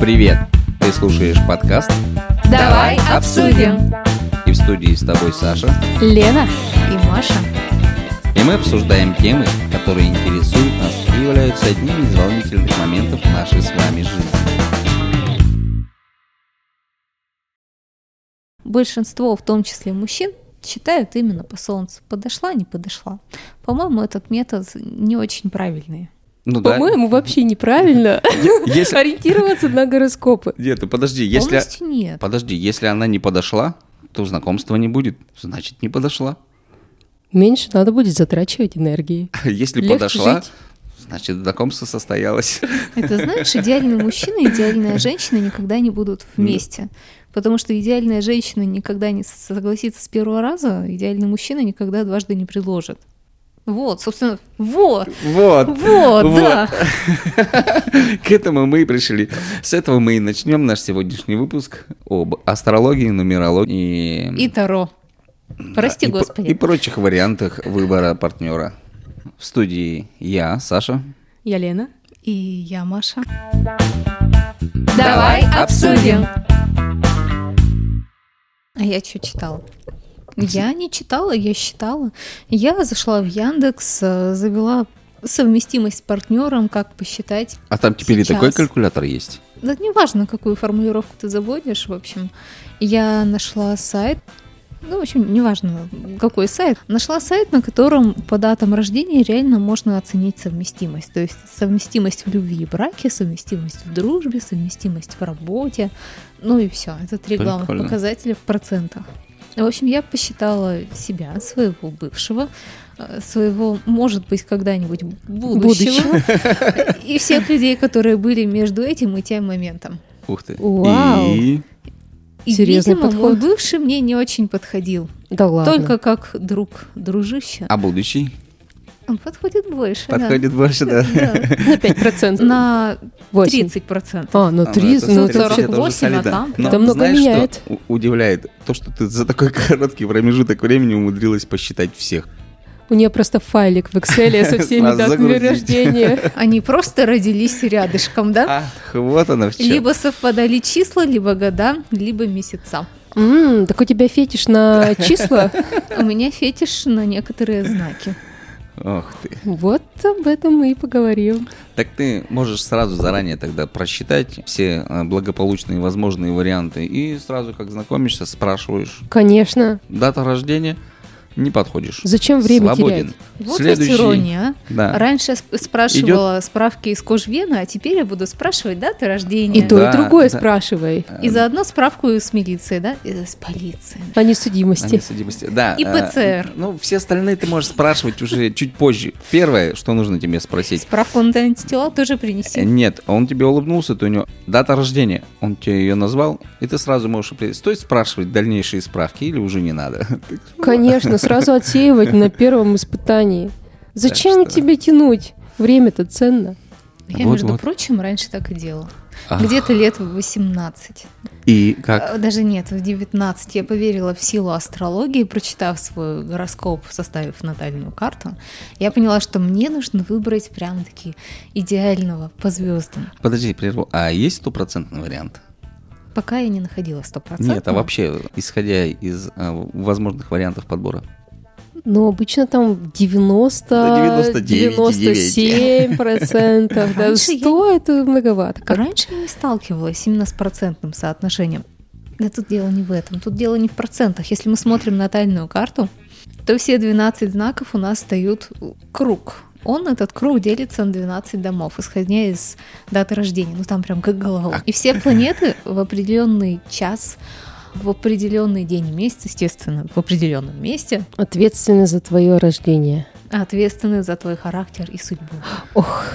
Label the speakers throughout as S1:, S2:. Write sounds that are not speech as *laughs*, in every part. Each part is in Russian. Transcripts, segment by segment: S1: Привет! Ты слушаешь подкаст
S2: Давай обсудим.
S1: и в студии с тобой Саша,
S2: Лена и Маша.
S1: и мы обсуждаем темы, которые интересуют нас и являются одними из волнительных моментов нашей с вами жизни.
S2: Большинство, в том числе мужчин, считают именно по солнцу. Подошла, не подошла. По-моему, этот метод не очень правильный.
S1: Ну
S3: По-моему, вообще неправильно
S1: да. Если...
S3: *laughs* ориентироваться на гороскопы.
S1: Нет, ну подожди, если...
S2: Полностью нет.
S1: Подожди, если она не подошла, то знакомства не будет. Значит, не подошла. *laughs*
S3: Меньше надо будет затрачивать энергии.
S1: Если
S3: Легче
S1: подошла,
S3: жить.
S1: значит, знакомство состоялось. *laughs*
S2: Это знаешь, идеальный мужчина и *laughs* идеальная женщина никогда не будут вместе. Потому что идеальная женщина никогда не согласится с первого раза, идеальный мужчина никогда дважды не предложит. Вот, собственно, вот,
S1: Вот.
S2: вот,
S1: Вот.
S2: да.
S1: К этому мы и пришли. С этого мы и начнем наш сегодняшний выпуск об астрологии, нумерологии
S2: И Таро. Прости,
S1: и пр-
S2: господи.
S1: и прочих вариантах выбора партнера. В студии я, Саша.
S3: Я Лена.
S2: И я Маша.
S1: Давай обсудим.
S2: А я что читала? Я не читала, я считала. Я зашла в Яндекс, э, завела совместимость с партнером, как посчитать.
S1: А там теперь и
S2: Сейчас.
S1: такой калькулятор есть.
S2: Да неважно, какую формулировку ты заводишь, в общем. Я нашла сайт, ну, в общем, неважно, какой сайт. Нашла сайт, на котором по датам рождения реально можно оценить совместимость. То есть совместимость в любви и браке, совместимость в дружбе, совместимость в работе. Ну и все. Это три главных
S1: Прикольно.
S2: показателя в процентах. В общем, я посчитала себя, своего бывшего, э, своего, может быть, когда-нибудь будущего, *laughs* и всех людей, которые были между этим и тем моментом.
S1: Ух ты.
S3: Вау.
S1: И
S2: И,
S3: Серьезный
S2: видимо,
S3: подход.
S2: мой бывший мне не очень подходил.
S3: Да ладно.
S2: Только как друг, дружище.
S1: а будущий
S2: Он подходит больше, да.
S1: подходит больше, да.
S3: *laughs*
S2: Да.
S3: на 5%.
S2: На
S3: Восемь.
S2: 30%.
S3: А, ну
S1: А,
S3: 3,
S1: это смотрите,
S3: ну это
S1: это уже
S2: 48,
S1: солидно.
S2: а там
S1: Но
S3: Это много
S1: знаешь, что
S3: меняет.
S1: у- удивляет? То, что ты за такой *laughs* короткий промежуток времени умудрилась посчитать всех.
S3: У нее просто файлик
S1: *laughs*
S3: в Excel со всеми
S1: Сразу
S3: датами
S1: загрузить.
S3: рождения.
S2: Они просто родились рядышком,
S3: А,
S2: да?
S1: Ах, вот она в чем.
S2: Либо совпадали числа, либо года, либо месяца.
S3: *laughs* М, Так у тебя фетиш *laughs* на числа?
S2: У меня фетиш на некоторые знаки.
S1: Ох ты.
S3: Вот об этом мы и поговорим.
S1: Так ты можешь сразу заранее тогда просчитать все э, благополучные возможные варианты и сразу как знакомишься, спрашиваешь
S3: Конечно.
S1: дата рождения, не подходишь.
S3: Зачем время терять?
S1: Свободен.
S2: Вот
S1: Следующий.
S2: ведь ирония. а.
S1: Да.
S2: Раньше я сп- спрашивала справки из кожвена, а теперь я буду спрашивать даты рождения.
S3: И то,
S1: Да,
S3: и другое
S1: да.
S3: спрашивай.
S2: И заодно справку с милиции, да? И с полиции.
S3: А не
S1: А, не
S3: судимости.
S1: судимости. Да.
S2: И
S1: э,
S2: ПЦР.
S1: Ну, все остальные ты можешь спрашивать уже чуть позже. Первое, что нужно тебе спросить.
S2: Справку на антитела тоже
S1: Э,
S2: принеси.
S1: Нет, он тебе улыбнулся, то у него дата рождения, он тебе ее назвал, и ты сразу можешь определить, стоит спрашивать дальнейшие справки или уже не
S2: *laughs*
S1: надо.
S3: Конечно, сразу отсеивать на первом испытании. Зачем
S1: что-
S3: тебе тянуть? Время-то ценно.
S2: Я,
S1: Вот,
S2: между
S1: вот.
S2: прочим, раньше так и делала.
S1: Ах.
S2: Где-то лет в 18.
S1: И как?
S2: Э, Даже нет, в 19 я поверила в силу астрологии, прочитав свой гороскоп, составив натальную карту. Я поняла, что мне нужно выбрать прям-таки идеального по звездам.
S1: Подожди, прерву. А есть стопроцентный вариант?
S2: Пока я не находила 100%.
S1: Нет, а вообще, исходя из э, возможных вариантов подбора.
S3: Но обычно там 90,
S1: Да, 99,
S3: 97 процентов. Да,
S2: Раньше я-
S3: что это многовато? Как-
S2: Раньше я не сталкивалась именно с процентным соотношением. Да тут дело не в этом, тут дело не в процентах. Если мы смотрим натальную карту, то все 12 знаков у нас дают круг. Он, этот круг, делится на 12 домов, исходя из даты рождения. Ну, там прям как голова. И все планеты в определенный час, в определенный день и месяц, естественно, в определенном месте,
S3: Ответственны за твое рождение.
S2: ответственны за твой характер и судьбу.
S3: Ох,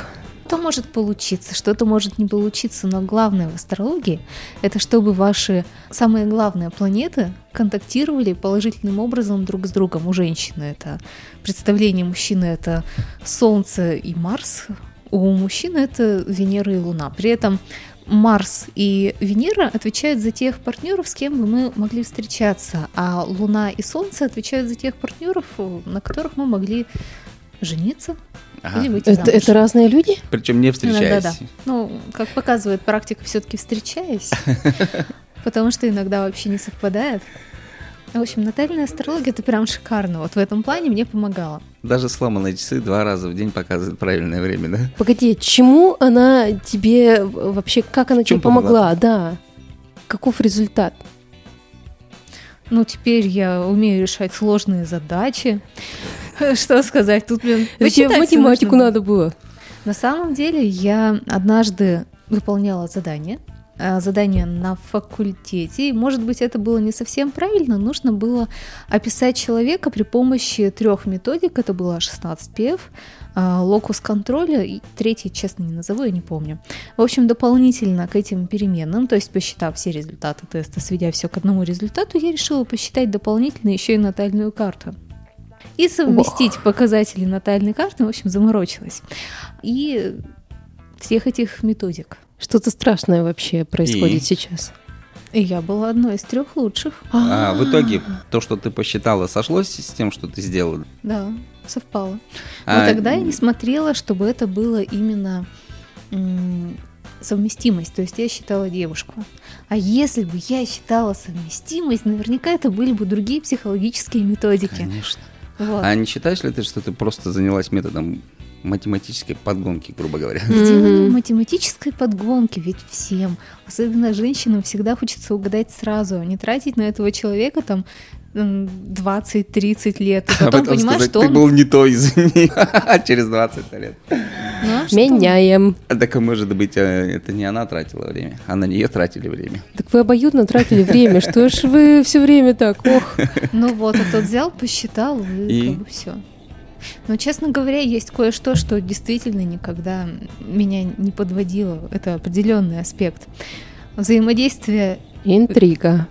S2: Что может получиться, что-то может не получиться, но главное в астрологии – это чтобы ваши самые главные планеты контактировали положительным образом друг с другом. У женщины это представление мужчины – это Солнце и Марс, у мужчины это Венера и Луна. При этом Марс и Венера отвечают за тех партнеров, с кем бы мы могли встречаться, а Луна и Солнце отвечают за тех партнеров, э, на которых мы могли жениться,
S1: Ага.
S2: или выйти
S3: Это,
S2: замуж.
S3: это разные люди?
S1: Причем не
S2: Иногда
S1: встречаясь.
S2: да. Ну, как показывает практика, все-таки встречаясь, потому что иногда вообще не совпадает. В общем, натальная астрология это прям шикарно. Вот в этом плане мне помогала.
S1: Даже сломанные часы два раза в день показывают правильное время, да?
S3: Погоди, чему она тебе вообще, как она
S1: Чем
S3: тебе помогла? Да. Каков результат?
S2: Ну, теперь я умею решать сложные задачи. *laughs* Что сказать, тут, блин,
S3: Это тебе в
S2: посчитать
S3: математику
S2: нужно было.
S3: надо было.
S2: На самом деле я однажды выполняла задание, а, задание на факультете. И, может быть, это было не совсем правильно. Нужно было описать человека при помощи трех методик. Это было 16 пев, а, локус контроля и третий, честно, не назову, я не помню. В общем, дополнительно к этим переменным, то есть посчитав все результаты теста, сведя все к одному результату, я решила посчитать дополнительно еще и натальную карту. И совместить показатели натальной карты, в общем, заморочилась. И всех этих методик.
S3: Что-то страшное вообще происходит сейчас.
S2: И я была одной из трех лучших.
S1: А в итоге то, что ты посчитала, сошлось с тем, что ты сделала?
S2: Да, совпало.
S1: А,
S2: Но Ну, тогда я не смотрела, чтобы это было именно м, совместимость. То есть я считала девушку. А если бы я считала совместимость, наверняка это были бы другие психологические методики.
S1: Конечно.
S2: Вот.
S1: А не считаешь ли ты, что ты просто занялась методом математической подгонки, грубо говоря? *laughs*
S2: Дело не в
S3: Мгм.
S2: математической подгонке, ведь всем, особенно женщинам, всегда хочется угадать сразу, а не тратить на этого человека там м, 20-30 лет,
S1: *laughs*
S2: и
S1: А
S2: потом понимаешь,
S1: сказать,
S2: что
S1: ты
S2: он...
S1: был не то, извини, *laughs* через 20 лет.
S2: Ну, а что?
S3: Меняем.
S1: А Так, может быть, э, это не она тратила время, а на нее тратили время.
S3: Так вы обоюдно тратили время. Что ж вы все время так? Ох.
S2: Ну вот, а тот взял, посчитал, и,
S1: И?
S2: как бы все. Но, честно говоря, есть кое-что, что действительно никогда меня не подводило. Это определенный аспект. Взаимодействие
S3: Интрига.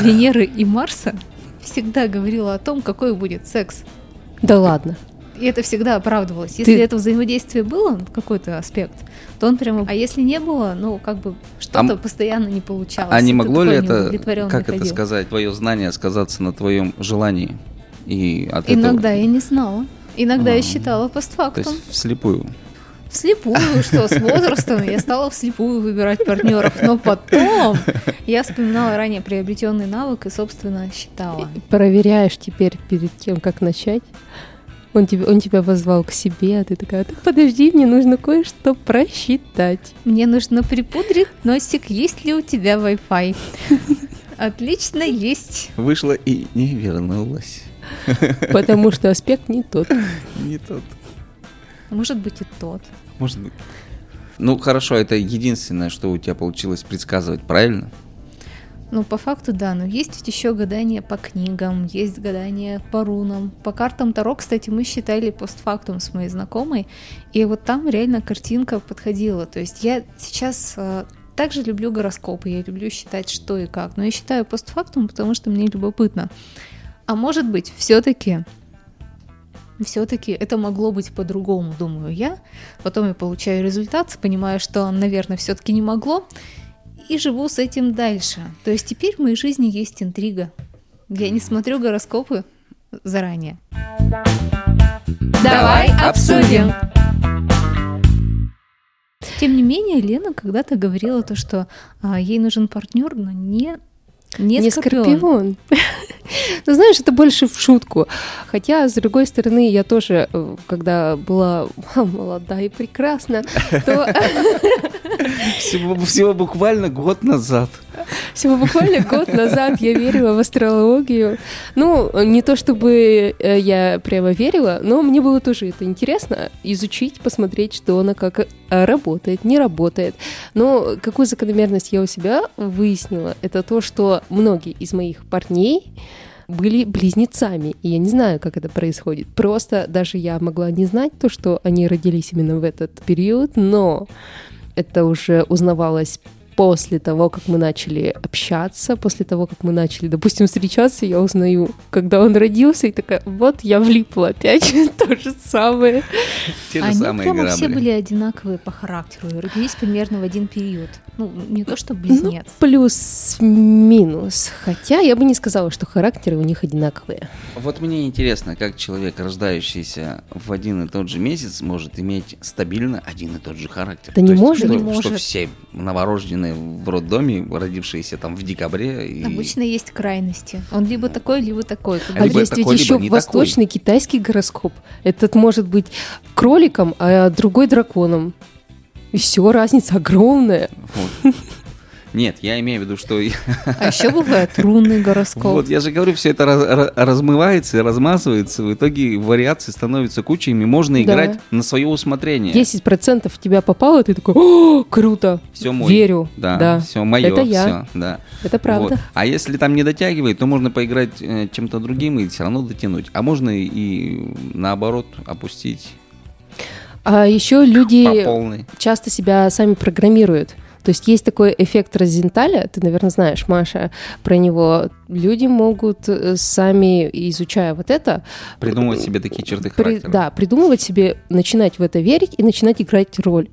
S2: Венеры и Марса всегда говорило о том, какой будет секс.
S3: Да ладно.
S2: И это всегда оправдывалось. Если
S3: Ты-
S2: это взаимодействие было, какой-то аспект, то он прямо... А если не было, ну, как бы что-то
S1: А м-
S2: постоянно не получалось.
S1: А не
S2: и ты
S1: могло ли
S2: такой
S1: это,
S2: неудовлетворённый
S1: как это
S2: ходил.
S1: сказать, твое знание сказаться на твоем желании? И от этого-
S2: Иногда я не знала. Иногда
S1: А.
S2: я считала
S1: То
S2: постфактум.
S1: есть вслепую.
S2: Вслепую, что с возрастом я стала вслепую выбирать партнеров. Но потом я вспоминала ранее приобретенный навык и, собственно, считала.
S3: Проверяешь теперь перед тем, как начать. Он тебя, он тебя возвал к себе, а ты такая, так подожди, мне нужно кое-что просчитать.
S2: Мне нужно припудрить носик, есть ли у тебя Wi-Fi. Отлично, есть.
S1: Вышла и не вернулась.
S3: Потому что аспект не тот.
S1: Не тот.
S2: Может быть и тот.
S1: Может быть. Ну хорошо, это единственное, что у тебя получилось предсказывать, правильно?
S2: Ну, по факту, да, но есть ведь еще гадания по книгам, есть гадания по рунам. По картам Таро, кстати, мы считали постфактум с моей знакомой, и вот там реально картинка подходила. То есть я сейчас э, также люблю гороскопы, я люблю считать что и как, но я считаю постфактум, потому что мне любопытно. А может быть, все-таки все-таки это могло быть по-другому, думаю я. Потом я получаю результат, понимаю, что, наверное, все-таки не могло, и живу с этим дальше. То есть теперь в моей жизни есть интрига. Я не смотрю гороскопы заранее.
S1: Давай обсудим.
S2: Тем не менее, Лена когда-то говорила то, что а, ей нужен партнер, но не не,
S3: Не
S2: скорпион.
S3: скорпион. Ну, знаешь, это больше в шутку. Хотя, с другой стороны, я тоже, э, когда была *laughs* молода и прекрасна, то
S1: Всего, всего буквально год назад.
S3: Всего буквально год назад я верила в астрологию. Ну, не то чтобы э, я прямо верила, но мне было тоже это интересно изучить, посмотреть, что она как э, работает, не работает. Но какую закономерность я у себя выяснила, это то, что многие из моих парней были близнецами, и я не знаю, как это происходит. Просто даже я могла не знать то, что они родились именно в этот период, но это уже узнавалось после того, как мы начали общаться, после того, как мы начали, допустим, встречаться, я узнаю, когда он родился, и такая, вот я влипла опять, то же самое.
S1: Те же
S2: Они
S1: самые
S2: прямо все
S1: грабли.
S2: были одинаковые по характеру и родились примерно в один период. Ну, не то что близнец.
S3: Плюс-минус. Хотя я бы не сказала, что характеры у них одинаковые.
S1: Вот мне интересно, как человек, рождающийся в один и тот же месяц, может иметь стабильно один и тот же характер.
S3: Да не
S1: То есть,
S3: может.
S1: Что,
S2: Не
S1: что
S2: может.
S1: все новорожденные в роддоме, родившиеся там в декабре. И...
S2: Обычно есть крайности. Он либо такой, либо такой. Как
S1: А
S3: А
S2: бы
S1: либо
S3: есть ведь
S1: такой,
S3: еще
S1: либо не такой.
S3: восточный китайский гороскоп. Этот может быть кроликом, а другой драконом. И все, разница огромная.
S1: Вот. Нет, я имею в виду, что я-
S2: А еще бывает рунный гороскоп.
S1: вот я же говорю, все это раз- ра- размывается и размазывается, в итоге вариаций становится куча, ими можно
S3: Да.
S1: играть на свое усмотрение.
S3: 10% в тебя попало, ты такой, о, круто,
S1: Все мой.
S3: верю.
S1: Да,
S3: да,
S1: все мое,
S3: Это я.
S1: все, да.
S3: это правда.
S1: Вот. А если там не дотягивает, то можно поиграть э, чем-то другим и все равно дотянуть. А можно и наоборот опустить
S3: А еще
S1: по
S3: люди
S1: полной.
S3: часто себя сами программируют. То есть есть такой эффект Розенталя, ты, наверное, знаешь, Маша, про него. Люди могут э, сами, изучая вот это,
S1: Придумывать себе такие черты
S3: при-
S1: характера.
S3: да, придумывать себе, начинать в это верить и начинать играть роль.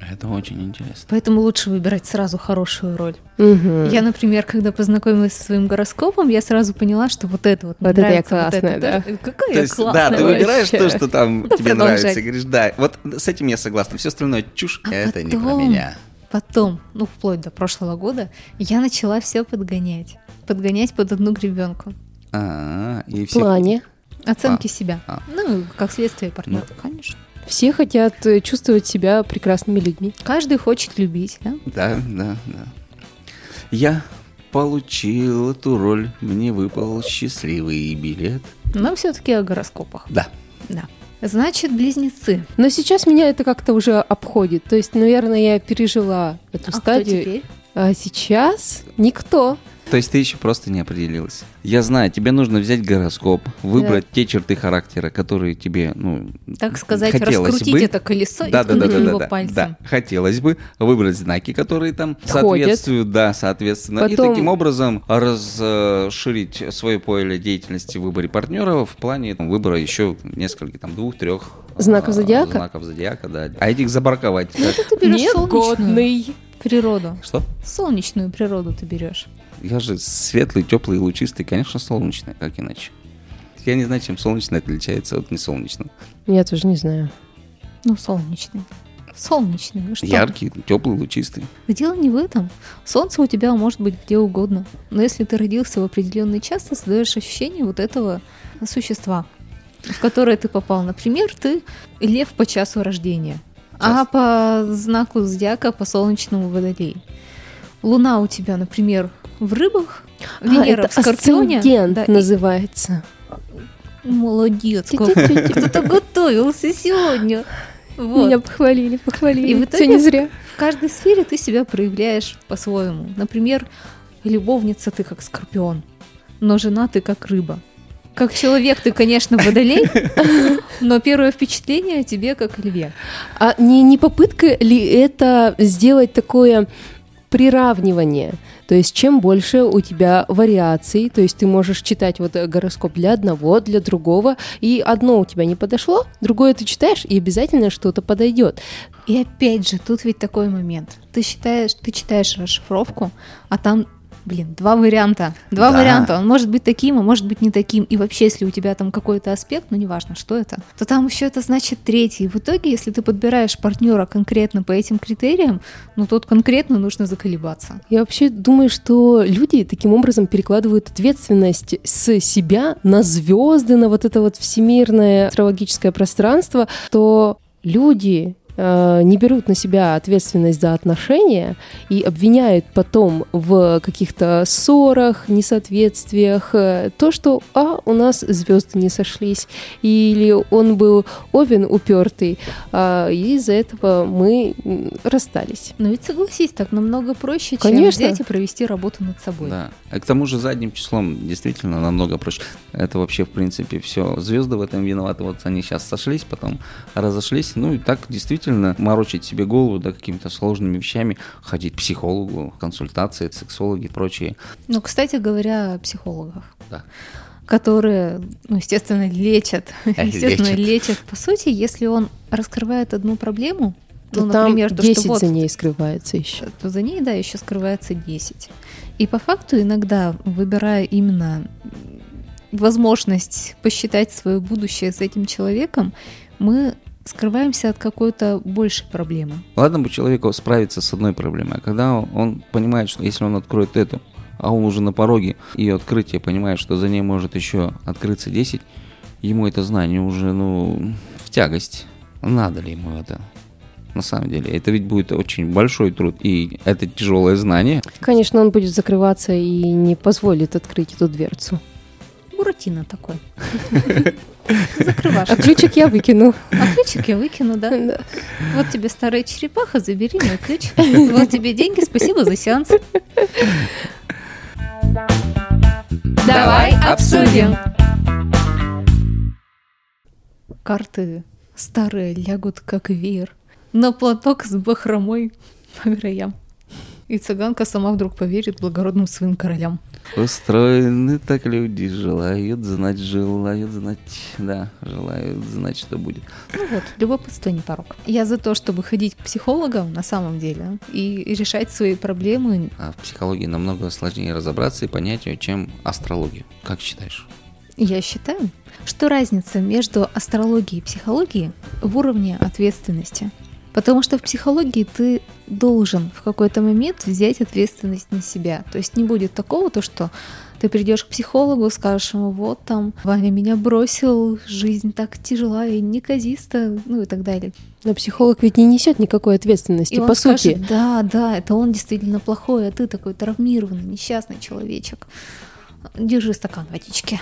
S1: Это очень интересно.
S2: Поэтому лучше выбирать сразу хорошую роль.
S3: Мгм.
S2: Я, например, когда познакомилась со своим гороскопом, я сразу поняла, что вот это вот мне
S3: Вот это я
S2: нравится, вот
S3: классная,
S2: это-
S3: да.
S2: э, Какая
S1: То
S2: я
S1: есть, да,
S2: классная
S1: ты
S2: вообще.
S1: выбираешь то, что
S3: *laughs*
S1: там
S2: Да,
S1: тебе
S2: продолжай.
S1: нравится, и говоришь, да, вот с этим я согласна, все остальное чушь,
S2: А
S1: это не про
S2: потом-
S1: меня.
S2: Потом, ну, вплоть до прошлого года, я начала все подгонять. Подгонять под одну гребенку.
S1: А, и
S3: В
S1: все.
S3: плане.
S2: Оценки себя.
S1: а. Ну,
S2: Ну, и как следствие партнера, конечно.
S3: Все хотят э, чувствовать себя прекрасными людьми.
S2: Каждый хочет любить, да?
S1: Да, да, да. Я получил эту роль, мне выпал счастливый билет.
S2: Но все-таки о гороскопах.
S1: Да.
S2: Да. Значит, близнецы.
S3: Но сейчас меня это как-то уже обходит. То есть, наверное, я пережила эту
S2: А кто
S3: стадию.
S2: теперь?
S3: А сейчас никто.
S1: То есть ты еще просто не определилась. Я знаю, тебе нужно взять гороскоп, выбрать те черты характера, которые тебе, ну,
S2: Так сказать,
S1: хотелось
S2: раскрутить
S1: бы.
S2: это колесо и
S1: да, да, да,
S2: ткнуть в
S1: да,
S2: него
S1: да, да,
S2: пальцем.
S1: да. Хотелось бы выбрать знаки, которые там
S3: Ходят.
S1: соответствуют, да, соответственно, и
S3: Потом-
S1: таким образом расширить свое поле деятельности в выборе партнера в плане там, выбора еще нескольких, там, двух-трех
S3: Знаков
S1: а,
S3: зодиака?
S1: Знаков зодиака, да. А этих забраковать. как?
S2: *laughs* Ты берешь солнечную
S3: Негодный.
S2: природу.
S1: Что?
S2: Солнечную природу ты берешь.
S1: Я же светлый, теплый, лучистый, конечно, солнечный, как иначе. Я не знаю, чем солнечный отличается от несолнечного.
S3: Я тоже не знаю.
S2: Ну, солнечный. Солнечный, ну что?
S1: Яркий, теплый, лучистый.
S2: Дело не в этом. Солнце у тебя может быть где угодно. Но если ты родился в определенный час, ты создаешь ощущение вот этого существа, в которое ты попал. Например, ты лев по часу рождения, а
S1: Час.
S2: по знаку зодиака по солнечному водолей. Луна у тебя, например, в рыбах, Венера
S3: а, это
S2: в Скорпионе.
S3: асцендент
S2: Да, и-
S3: называется.
S2: *laughs* Молодец, как
S3: Тю-тю-тю-тю.
S2: кто-то готовился сегодня. Вот.
S3: *laughs* Меня похвалили, похвалили.
S2: И в
S3: Все
S2: итоге-
S3: не зря.
S2: В каждой сфере ты себя проявляешь по-своему. Например, любовница ты как скорпион, но жена ты как рыба. Как человек ты, конечно, водолей, *laughs* но первое впечатление о тебе как о льве.
S3: А не, не попытка ли это сделать такое приравнивание? То есть чем больше у тебя вариаций, то есть ты можешь читать вот э, гороскоп для одного, для другого, и одно у тебя не подошло, другое ты читаешь, и обязательно что-то подойдет.
S2: И опять же, тут ведь такой момент. Ты считаешь, ты читаешь расшифровку, а там Блин, два варианта. Два
S1: Да.
S2: варианта. Он может быть таким, а может быть не таким. И вообще, если у тебя там какой-то аспект, ну неважно, что это, то там еще это значит третий. И в итоге, если ты подбираешь партнера конкретно по этим критериям, ну тут конкретно нужно заколебаться.
S3: Я вообще думаю, что люди таким образом перекладывают ответственность с себя на звезды, на вот это вот всемирное астрологическое пространство, то люди э, не берут на себя ответственность за отношения и обвиняют потом в каких-то ссорах, несоответствиях э, то, что а у нас звезды не сошлись, или он был овен упертый, а, и из-за этого мы м, расстались.
S2: Но ведь согласись, так намного проще,
S3: Конечно.
S2: чем взять и провести работу над собой.
S1: Да. А к тому же задним числом действительно намного проще. Это вообще, в принципе, все. Звезды в этом виноваты. Вот они сейчас сошлись, потом разошлись. Ну и так действительно морочить себе голову да, какими-то сложными вещами, ходить к психологу, консультации, сексологи и прочее.
S2: Ну, кстати говоря, о психологах.
S1: Да.
S2: Которые, ну, естественно, лечат.
S1: Э,
S2: Естественно,
S1: лечат.
S2: лечат. По сути, если он раскрывает одну проблему, ну,
S3: Но там
S2: например, то, что
S3: 10
S2: вот
S3: за ней скрывается еще.
S2: то за ней, да, еще скрывается 10. И по факту иногда, выбирая именно возможность посчитать свое будущее с этим человеком, мы скрываемся от какой-то большей проблемы.
S1: Ладно бы человеку справиться с одной проблемой, а когда он понимает, что если он откроет эту, а он уже на пороге ее открытия понимает, что за ней может еще открыться 10, ему это знание уже, ну, в тягость. Надо ли ему это? На самом деле, это ведь будет очень большой труд, и это тяжелое знание.
S3: Конечно, он будет закрываться и не позволит открыть эту дверцу.
S2: Буратино Ну, такой. Закрывашка.
S3: А ключик
S2: *laughs*
S3: я выкину.
S2: А ключик я выкину, да?
S3: Да.
S2: Вот тебе старая черепаха, забери мой ключ. *laughs* Вот тебе деньги, спасибо за сеанс.
S1: Давай обсудим.
S2: Карты старые лягут, как веер. На платок с бахромой по краям. И цыганка сама вдруг поверит благородным своим королям.
S1: Устроены так люди, желают знать, желают знать, да, желают знать, что будет.
S2: Ну вот, любопытство не порог. Я за то, чтобы ходить к психологам на самом деле и решать свои проблемы.
S1: А в психологии намного сложнее разобраться и понять ее, чем астрологию. Как считаешь?
S2: Я считаю, что разница между астрологией и психологией в уровне ответственности. Потому что в психологии ты должен в какой-то момент взять ответственность на себя. То есть не будет такого, то что ты придешь к психологу, скажешь ему, вот там, Ваня меня бросил, жизнь так тяжела и неказиста, ну и так далее.
S3: Но психолог ведь не несет никакой ответственности,
S2: И он
S3: по
S2: скажет,
S3: сути.
S2: да, да, это он действительно плохой, а ты такой травмированный, несчастный человечек. Держи стакан водички.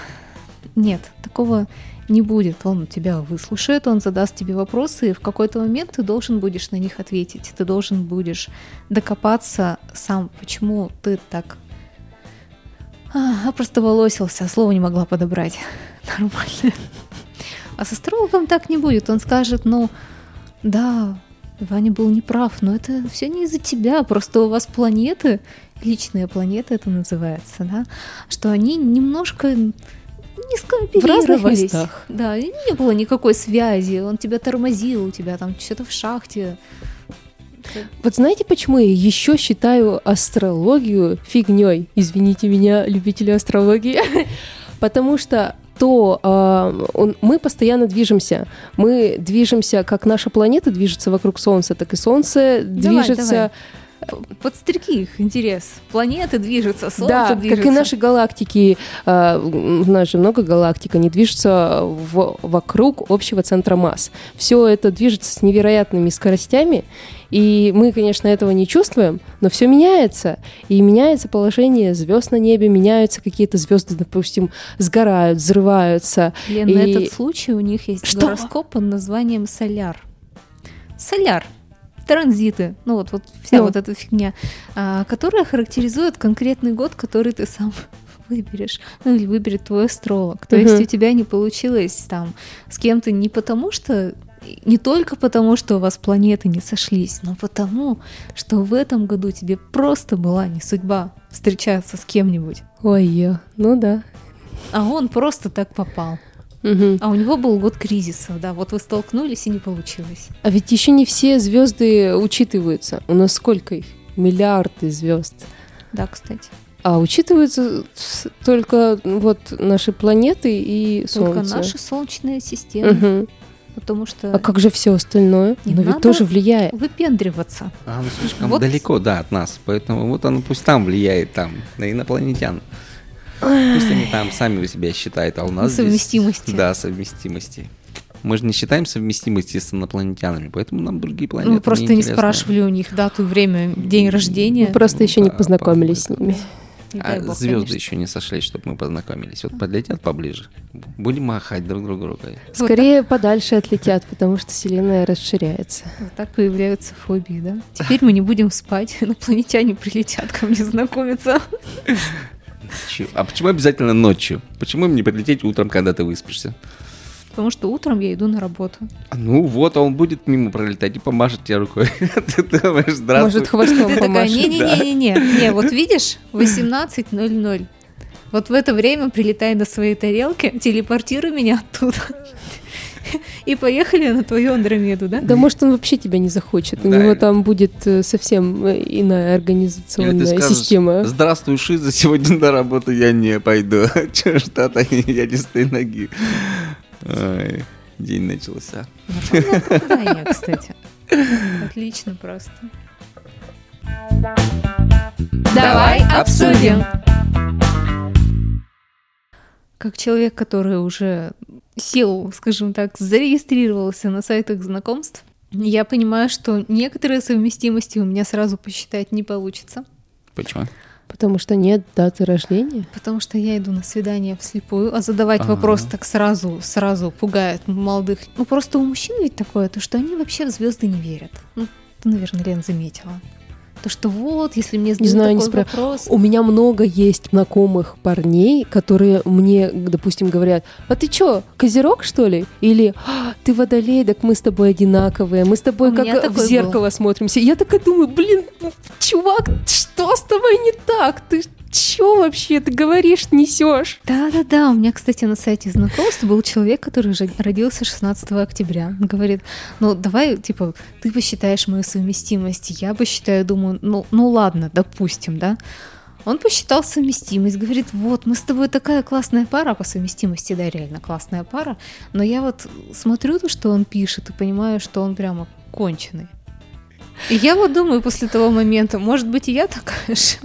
S2: Нет, такого не будет. Он тебя выслушает, он задаст тебе вопросы, и в какой-то момент ты должен будешь на них ответить. Ты должен будешь докопаться сам, почему ты так а, опростоволосился, слово не могла подобрать. *laughs* Нормально. А с астрологом так не будет. Он скажет, ну, да, Ваня был неправ, но это все не из-за тебя, просто у вас планеты, личные планеты это называется, да, что они немножко не скооперировались.
S3: местах.
S2: Да, и не было никакой связи, он тебя тормозил, у тебя там что-то в шахте.
S3: Вот знаете, почему я еще считаю астрологию фигней? Извините меня, любители астрологии. *laughs* Потому что то а, он- мы постоянно движемся. Мы движемся, как наша планета движется вокруг Солнца, так и Солнце
S2: Давай,
S3: движется,
S2: давай. П- Подстряки их интерес. Планеты движутся, солнце
S3: да,
S2: движется.
S3: как и наши галактики, а, у нас же много галактик, они движутся в- вокруг общего центра масс. Все это движется с невероятными скоростями, и мы, конечно, этого не чувствуем, но все меняется. И меняется положение звезд на небе, меняются какие-то звезды, допустим, сгорают, взрываются.
S2: Лен, на
S3: И-
S2: этот случай у них есть
S3: Что?
S2: гороскоп под названием Соляр. Соляр. Транзиты, ну вот, вот вся
S3: Ну.
S2: вот эта фигня, а, которая характеризует конкретный год, который ты сам *laughs* выберешь, ну или выберет твой астролог. То есть
S3: Мгм.
S2: у тебя не получилось там с кем-то не потому, что не только потому, что у вас планеты не сошлись, но потому, что в этом году тебе просто была не судьба встречаться с кем-нибудь,
S3: Ой, е, ну да.
S2: а он просто так попал.
S3: Мгм.
S2: А у него был год кризиса, да, вот вы столкнулись и не получилось.
S3: А ведь еще не все звезды учитываются. У нас сколько их? Миллиарды звезд.
S2: Да, кстати.
S3: А учитываются с- только ну, вот наши планеты и Солнце.
S2: Только наша Солнечная система,
S3: Мгм.
S2: потому что
S3: А как же все остальное?
S2: Не
S3: Но
S2: надо.
S3: ведь тоже влияет.
S2: выпендриваться.
S1: А оно слишком
S2: Вот.
S1: далеко, да, от нас. Поэтому вот оно пусть там влияет, там, на инопланетян. Пусть они там сами себя считают, а у нас здесь-
S2: Совместимости.
S1: Да, совместимости. Мы же не считаем совместимости с инопланетянами, поэтому нам другие планеты
S2: Вы просто не
S1: неинтересны.
S2: спрашивали у них дату, время, день
S1: М,
S2: рождения.
S3: Просто
S1: Ну
S3: еще не
S1: да,
S3: познакомились с
S1: похоже.
S3: ними.
S2: Не дай
S1: А
S2: бог,
S1: звезды
S2: конечно.
S1: еще не сошлись, чтобы мы познакомились. Вот подлетят поближе, будем махать друг другу рукой.
S3: Скорее подальше отлетят, потому что Вселенная расширяется.
S2: Вот так появляются фобии, да? Теперь мы не будем спать, *laughs* инопланетяне прилетят ко мне знакомиться. *laughs*
S1: Чё- А почему обязательно ночью? Почему им не подлететь утром, когда ты выспишься?
S2: Потому что утром я иду на работу.
S1: А Ну вот, а он будет мимо пролетать и помашет тебе рукой. *laughs* Ты думаешь, здравствуй.
S3: Может, хвостом
S2: Ты такая,
S3: помашет.
S2: не-не-не-не-не, не, вот видишь, 18.00. Вот в это время прилетай до своей тарелки, телепортируй меня оттуда. *laughs* И поехали на твою Андромеду, да?
S3: Да может он вообще тебя не захочет, у
S1: Да,
S3: него
S1: или-
S3: там будет э, совсем э, иная
S1: Или ты
S3: организационная
S1: скажешь,
S3: система.
S1: здравствуй, Шиза, сегодня на работу я не пойду. *laughs* Чё Что-то я не с той ноги. Ой, День начался.
S2: Оправдание, кстати. Отлично просто.
S1: Давай обсудим.
S2: Как человек, который уже сел, скажем так, зарегистрировался на сайтах знакомств, я понимаю, что некоторые совместимости у меня сразу посчитать не получится,
S1: Почему?
S3: Потому что нет даты рождения.
S2: потому что я иду на свидание вслепую, а задавать
S1: Ага.
S2: вопрос так сразу, сразу пугает молодых. Ну просто у мужчин ведь такое, то что они вообще в звезды не верят. Ну, ты, наверное, Лен, заметила. То, что вот, если мне задают
S3: знаю, не
S2: такой
S3: спра-
S2: вопрос...
S3: У меня много есть знакомых парней, которые мне, допустим, говорят, а ты чё, козерог, что ли? Или «А, ты водолей, так мы с тобой одинаковые, мы с тобой
S2: У меня
S3: как в
S2: такой
S3: зеркало смотримся. Я такая думаю, блин, чувак, что с тобой не так? Ты чё вообще, ты говоришь, несешь?
S2: Да-да-да, у меня, кстати, на сайте знакомств был человек, который же родился 16 октября. Он говорит, ну давай, типа, ты посчитаешь мою совместимость, я посчитаю, думаю, ну, ну ладно, допустим, да. Он посчитал совместимость, говорит, вот, мы с тобой такая классная пара по совместимости, да, реально классная пара, но я вот смотрю то, что он пишет, и понимаю, что он прямо конченый. И я вот думаю после того момента, может быть, и я такая же.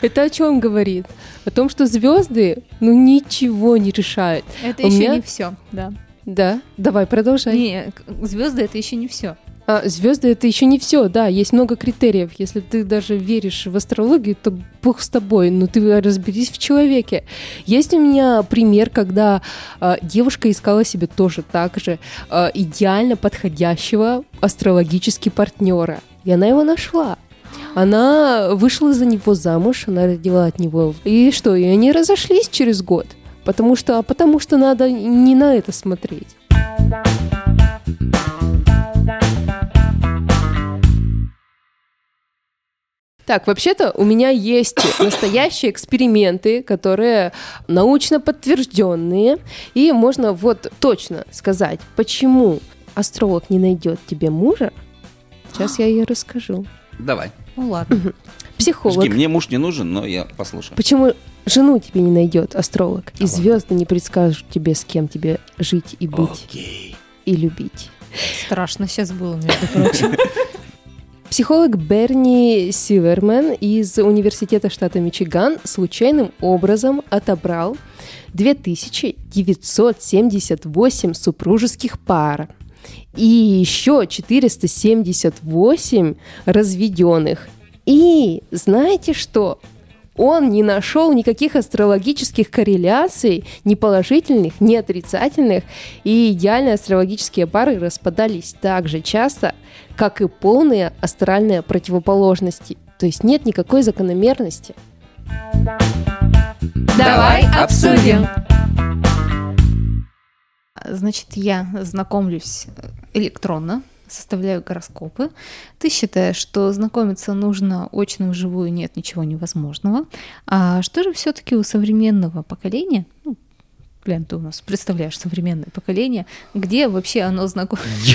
S3: Это о чем говорит? О том, что звезды, ну ничего не решают.
S2: Это
S3: У
S2: еще
S3: меня-
S2: не все, да.
S3: Да, давай продолжай.
S2: Не, звезды это еще не все.
S3: звезды А, это еще не все, да, есть много критериев. Если ты даже веришь в астрологию, то бог с тобой, но ты разберись в человеке. Есть у меня пример, когда а, девушка искала себе тоже так же а, идеально подходящего астрологически партнера, и она его нашла. Она вышла за него замуж, она родила от него. И что, и они разошлись через год. Потому что, а потому что надо не на это смотреть. Так, вообще-то у
S1: *coughs*
S3: меня есть настоящие эксперименты, которые научно подтвержденные, и можно вот точно сказать, почему астролог не найдет тебе мужа. Сейчас я ей расскажу.
S1: Давай.
S2: Ну ладно.
S3: Психолог.
S1: Жги, мне муж не нужен, но я послушаю.
S3: Почему жену тебе не найдет астролог? И
S1: Ага.
S3: звезды не предскажут тебе, с кем тебе жить и быть,
S1: Окей.
S3: и любить.
S2: Страшно сейчас было, между прочим.
S3: Психолог Берни Сиверман из Университета штата Мичиган случайным образом отобрал 2978 супружеских пар и еще 478 разведенных. И знаете что? Он не нашел никаких астрологических корреляций, ни положительных, ни отрицательных, и идеальные астрологические пары распадались так же часто, как и полные астральные противоположности. То есть нет никакой закономерности.
S1: Давай обсудим.
S2: А, Значит, я знакомлюсь э, электронно, составляю гороскопы. Ты считаешь, что знакомиться нужно очно вживую, нет ничего невозможного. А что же все-таки у современного поколения? Ну, Лен, ты у нас представляешь современное поколение, где вообще оно знакомится?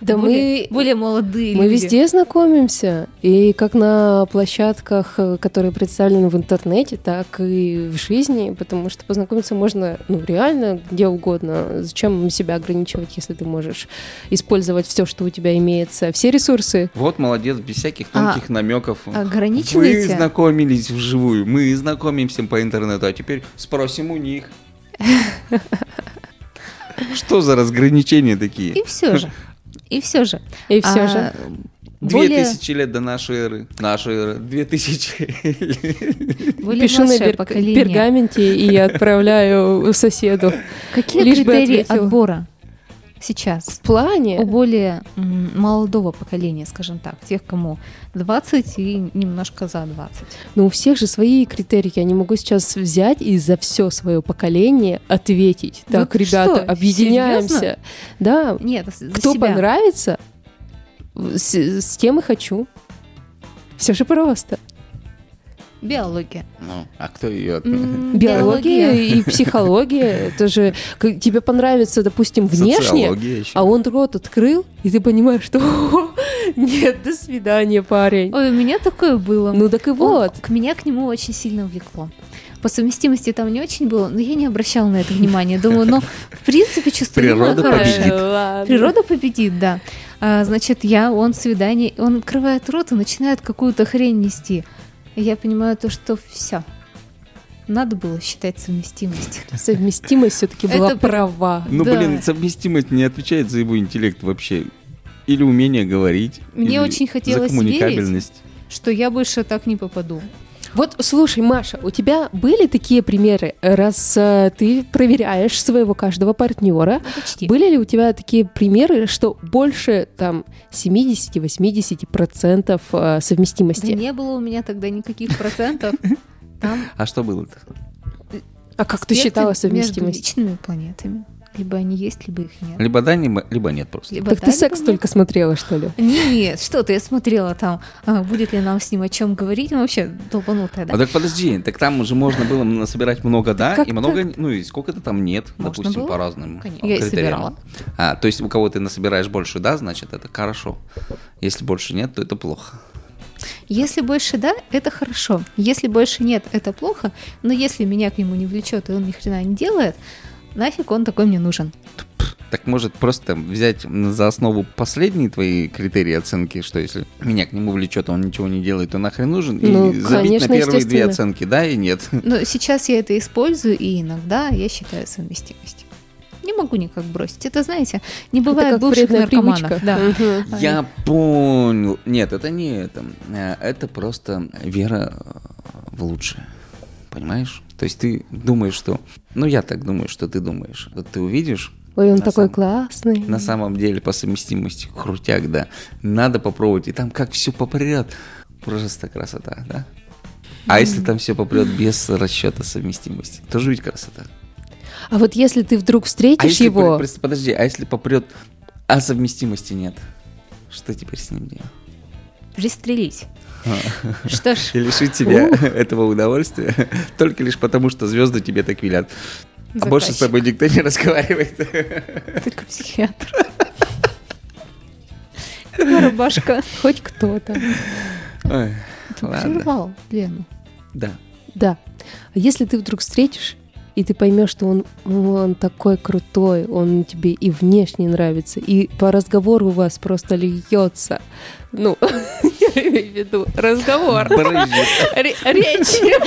S3: Да
S2: более,
S3: мы-
S2: более молодые
S3: Мы
S2: люди.
S3: везде знакомимся, и как на площадках, э, которые представлены в интернете, так и в жизни, потому что познакомиться можно, ну, реально где угодно. Зачем себя ограничивать, если ты можешь использовать все, что у тебя имеется, все ресурсы?
S1: Вот молодец, без всяких тонких намеков.
S2: а
S1: Вы
S2: Ограничиваете?
S1: знакомились вживую, мы знакомимся по интернету, а теперь спросим у них. Что за разграничения такие?
S2: И все же. И все же.
S3: И все
S2: А,
S3: же.
S1: Две
S2: Более-
S1: тысячи лет до нашей эры. Нашей эры. Две *laughs* тысячи.
S2: Более
S3: Пишу на
S2: младшее
S3: пер-
S2: поколение.
S3: пергаменте и отправляю *laughs* соседу.
S2: Какие
S3: Лишь бы
S2: критерии
S3: ответил.
S2: отбора сейчас?
S3: В плане
S2: У более м, молодого поколения, скажем так, тех, кому 20 и немножко за 20.
S3: Но Ну, у всех же свои критерии. Я не могу сейчас взять и за все свое поколение ответить.
S2: Да
S3: Так,
S2: ты
S3: ребята,
S2: что,
S3: объединяемся.
S2: серьезно?
S3: Да.
S2: Нет, с- за
S3: Кто
S2: себя.
S3: понравится, с, с тем и хочу. Все же просто.
S2: Биология.
S1: Ну, а кто ее *laughs*
S2: М,
S3: Биология и психология. Это же к- тебе понравится, допустим, внешне, а он рот открыл, и ты понимаешь, что «О, нет, до свидания, парень.
S2: Ой, у меня такое было.
S3: Ну так и вот.
S2: Он- к меня к нему очень сильно влекло. По совместимости там не очень было, но я не обращала на это внимания. Думаю, ну, в принципе, чувство юмора
S1: Природа
S2: хорошее.
S1: победит.
S3: Ладно.
S2: Природа победит, да. А, значит, я, он свидание, он открывает рот и начинает какую-то хрень нести. И я понимаю то, что все. Надо было считать совместимость.
S3: Совместимость все-таки была
S2: Это при-
S3: права.
S1: Ну,
S2: Да.
S1: блин, совместимость не отвечает за его интеллект вообще. Или умение говорить.
S2: Мне
S1: или
S2: очень
S1: За
S2: хотелось
S1: коммуникабельность.
S2: Что я больше так не попаду.
S3: Вот слушай, Маша, у тебя были такие примеры, раз э, ты проверяешь своего каждого партнера?
S2: Ну, Почти.
S3: Были ли у тебя такие примеры, что больше там 70-80% э,
S2: Да
S3: совместимости?
S2: не было у меня тогда никаких *laughs* процентов. Там
S1: А что было-то?
S3: а как
S2: аспекты
S3: ты считала
S2: Между
S3: совместимость?
S2: личными планетами. Либо они есть, либо их нет.
S1: Либо да, либо, либо нет просто.
S2: Либо
S3: Так
S2: да, ну,
S3: ты
S2: либо
S3: секс
S2: нет.
S3: только смотрела, что ли?
S2: Нет, что ты, я смотрела там, а, будет ли нам с ним о чем говорить, ну вообще долбанутая, да?
S1: А так подожди, так там уже можно было насобирать много да
S3: как
S1: и много, ну и сколько-то там нет,
S2: Можно
S1: допустим,
S2: было?
S1: по разным
S2: Конечно.
S1: а,
S2: Я и
S1: критериям.
S2: собирала.
S1: А, то есть у кого ты насобираешь больше да, значит это хорошо. Если больше нет, то это плохо.
S2: Если больше да, это хорошо. Если больше нет, это плохо. Но если меня к нему не влечет и он ни хрена не делает, нафиг он такой мне нужен.
S1: Так может просто взять за основу последние твои критерии оценки, что если меня к нему влечет, а он ничего не делает, то нахрен нужен,
S3: Ну,
S1: и забить
S3: конечно,
S1: на первые две
S3: естественно.
S1: оценки, да и нет.
S3: *laughs*
S2: Но сейчас я это использую, и иногда я считаю совместимость. Не могу никак бросить. Это, знаете, не бывает
S3: Это как
S2: бывших
S3: вредная
S2: наркоманов.
S3: привычка.
S2: Да.
S3: Мгм.
S1: Я понял. Нет, это не это. Э, Это просто вера э, в лучшее. Понимаешь? То есть ты думаешь, что... Ну, я так думаю, что ты думаешь. Вот ты увидишь,
S3: Ой, он
S1: На
S3: такой
S1: самом-
S3: классный.
S1: на самом деле, по совместимости, крутяк, да. Надо попробовать. И там как все попрет. Просто красота, да? А если там все попрет без расчета совместимости? Тоже ведь красота.
S3: А вот если ты вдруг
S1: А
S3: встретишь
S1: если,
S3: его,
S1: пр- пр- подожди, а если попрет, а совместимости нет? Что теперь с ним делать?
S2: Пристрелить.
S3: *laughs*
S2: Что ж,
S1: и лишить тебя *laughs* этого удовольствия *laughs* только лишь потому, что звезды тебе так велят. А больше с
S2: заказчик.
S1: тобой никто не разговаривает. *laughs*
S2: Только психиатр. Его рубашка.
S3: хоть кто-то.
S1: Ой,
S2: Ты
S1: Ладно.
S2: прервал Лену.
S1: Да.
S3: Да. А Если ты вдруг встретишь, и ты поймешь, что он, он такой крутой, он тебе и внешне нравится, и по разговору у вас просто льется. Ну, *laughs* я имею в виду разговор.
S1: Брызжет.
S3: Ре- Речь.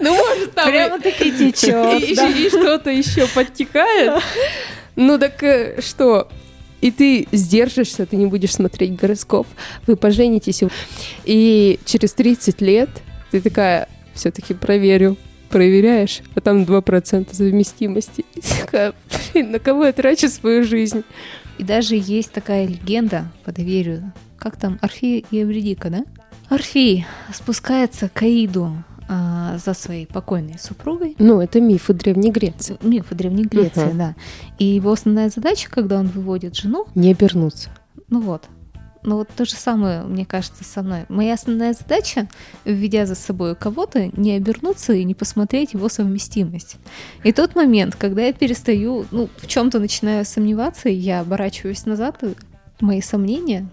S3: Ну, может, там и-
S2: таки
S3: *laughs* и- и- и что-то еще подтекает. Ну, так э, что? И ты сдержишься, ты не будешь смотреть гороскоп. Вы поженитесь. и- И через 30 лет ты такая, все-таки проверю. Проверяешь, а там 2% совместимости. И ты такая, блин, на кого я трачу свою жизнь?
S2: И даже есть такая легенда по доверию. Как там, Орфей и Эвредика, да? Орфей спускается к Аиду а, за своей покойной супругой.
S3: Ну, это мифы Древней Греции.
S2: Миф о Древней Греции,
S3: Мгм.
S2: да. И его основная задача, когда он выводит жену,
S3: Не обернуться.
S2: Ну вот. Ну вот то же самое, мне кажется, со мной. Моя основная задача, введя за собой кого-то, не обернуться и не посмотреть его совместимость. И тот момент, когда я перестаю, ну, в чем-то начинаю сомневаться, и я оборачиваюсь назад, и мои сомнения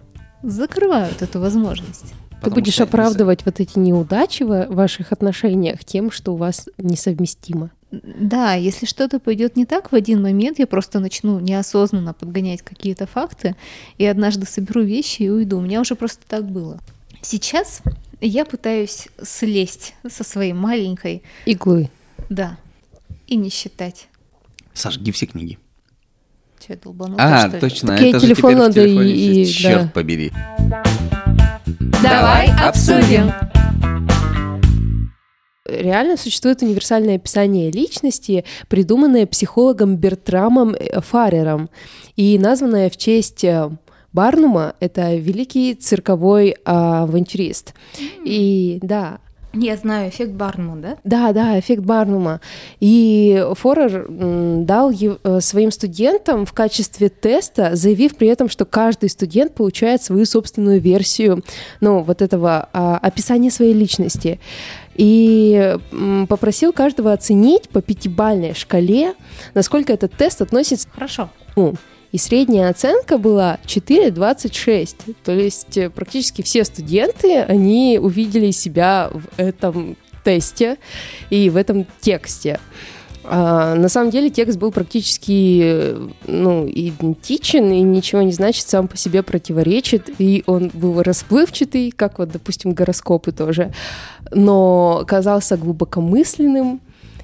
S2: закрывают эту возможность.
S1: Потому
S3: ты будешь
S1: что-
S3: оправдывать вот эти неудачи в ваших отношениях тем, что у вас несовместимо.
S2: Да, если что-то пойдет не так в один момент, я просто начну неосознанно подгонять какие-то факты, и однажды соберу вещи и уйду. У меня уже просто так было. Сейчас я пытаюсь слезть со своей маленькой,
S3: Иглы.
S2: да, и не считать.
S1: Сожги все книги.
S2: Че, долбанутая,
S1: А,
S2: что ли?
S1: точно.
S3: Ну, Так я
S1: это же
S3: телефон
S1: теперь в
S3: надо и-
S1: телефоне
S3: и-
S1: есть.
S3: да.
S1: Черт побери. Давай обсудим.
S3: Реально существует универсальное описание личности, придуманное психологом Бертрамом э, Фарером и названное в честь э, Барнума. Это великий цирковой а, авантюрист. И да,
S4: Я знаю эффект Барнума, да?
S3: да, да, эффект Барнума. И Форер м, дал е- э, своим студентам в качестве теста, заявив при этом, что каждый студент получает свою собственную версию, ну, вот этого а, описания своей личности. И м, попросил каждого оценить по пятибальной шкале, насколько этот тест относится
S2: Хорошо.
S3: ну, и средняя оценка была 4,26. То есть э, практически все студенты, они увидели себя в этом тесте и в этом тексте. А, на самом деле текст был практически э, ну, идентичен и ничего не значит, сам по себе противоречит, и он был расплывчатый, как вот, допустим, гороскопы тоже, но казался глубокомысленным,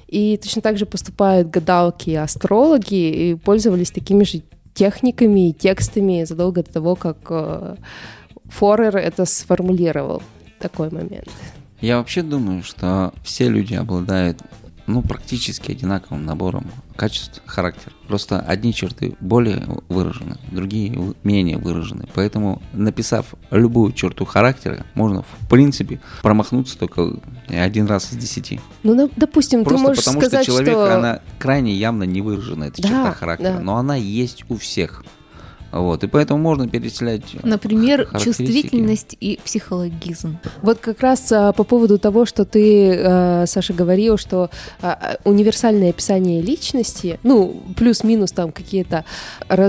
S3: и точно так же поступают гадалки и астрологи, и пользовались такими же техниками и текстами задолго до того, как э, Форер это сформулировал. Такой момент.
S1: Я вообще думаю, что все люди обладают ну, практически одинаковым набором качеств, характер. Просто одни черты более выражены, другие вы- менее выражены. Поэтому, написав любую черту характера, можно, в принципе, промахнуться только один раз из десяти.
S3: Ну, доп- допустим,
S1: Просто
S3: ты можешь
S1: потому
S3: сказать,
S1: что человек,
S3: что...
S1: она крайне явно не выражена, эта
S3: Да,
S1: черта характера.
S3: да.
S1: Но она есть у всех. Вот, и поэтому можно переселять...
S2: Например,
S1: характеристики.
S2: чувствительность и психологизм.
S3: Вот как раз а, по поводу того, что ты, э, Саша, говорил, что а, а, универсальное описание личности, ну, плюс-минус там какие-то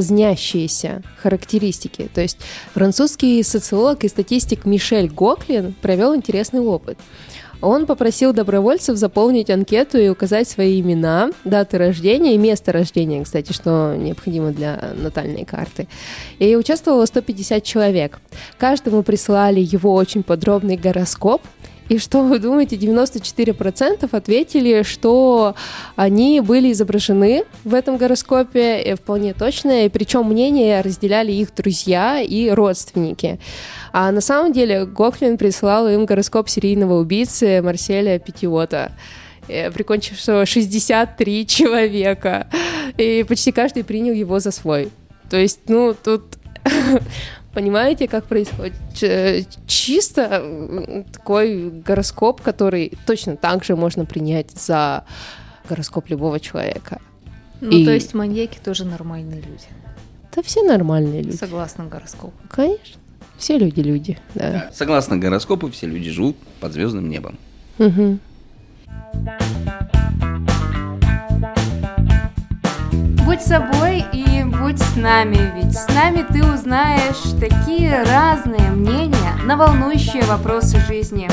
S3: разнящиеся характеристики. То есть французский социолог и статистик Мишель Гоклин провел интересный опыт. Он попросил добровольцев заполнить анкету и указать свои имена, даты рождения и место рождения, кстати, что необходимо для натальной карты. И участвовало 150 человек. Каждому прислали его очень подробный гороскоп. И что вы думаете, 94% ответили, что они были изображены в этом гороскопе э, вполне точно, и причем мнение разделяли их друзья и родственники. А на самом деле Гоклин прислал им гороскоп серийного убийцы Марселя Петиота, э, прикончившего 63 *laughs* человека. И почти каждый принял его за свой. То есть, ну, тут *laughs* Понимаете, как происходит? Ч- Чисто м, такой гороскоп, который точно так же можно принять за гороскоп любого человека.
S2: Ну,
S3: И-
S2: то есть маньяки тоже нормальные люди,
S3: Да все нормальные люди.
S2: согласно гороскопу.
S3: Конечно. Все люди люди, да.
S1: Согласно гороскопу, все люди живут под звездным небом.
S3: Мгм.
S4: Будь собой и будь с нами, ведь с нами ты узнаешь такие разные мнения на волнующие вопросы жизни.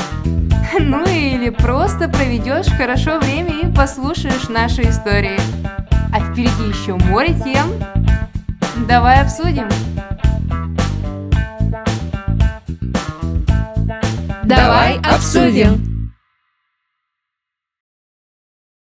S4: *laughs* Ну или просто проведешь хорошо время и послушаешь наши истории. А впереди еще море тем. Давай обсудим.
S2: Давай обсудим.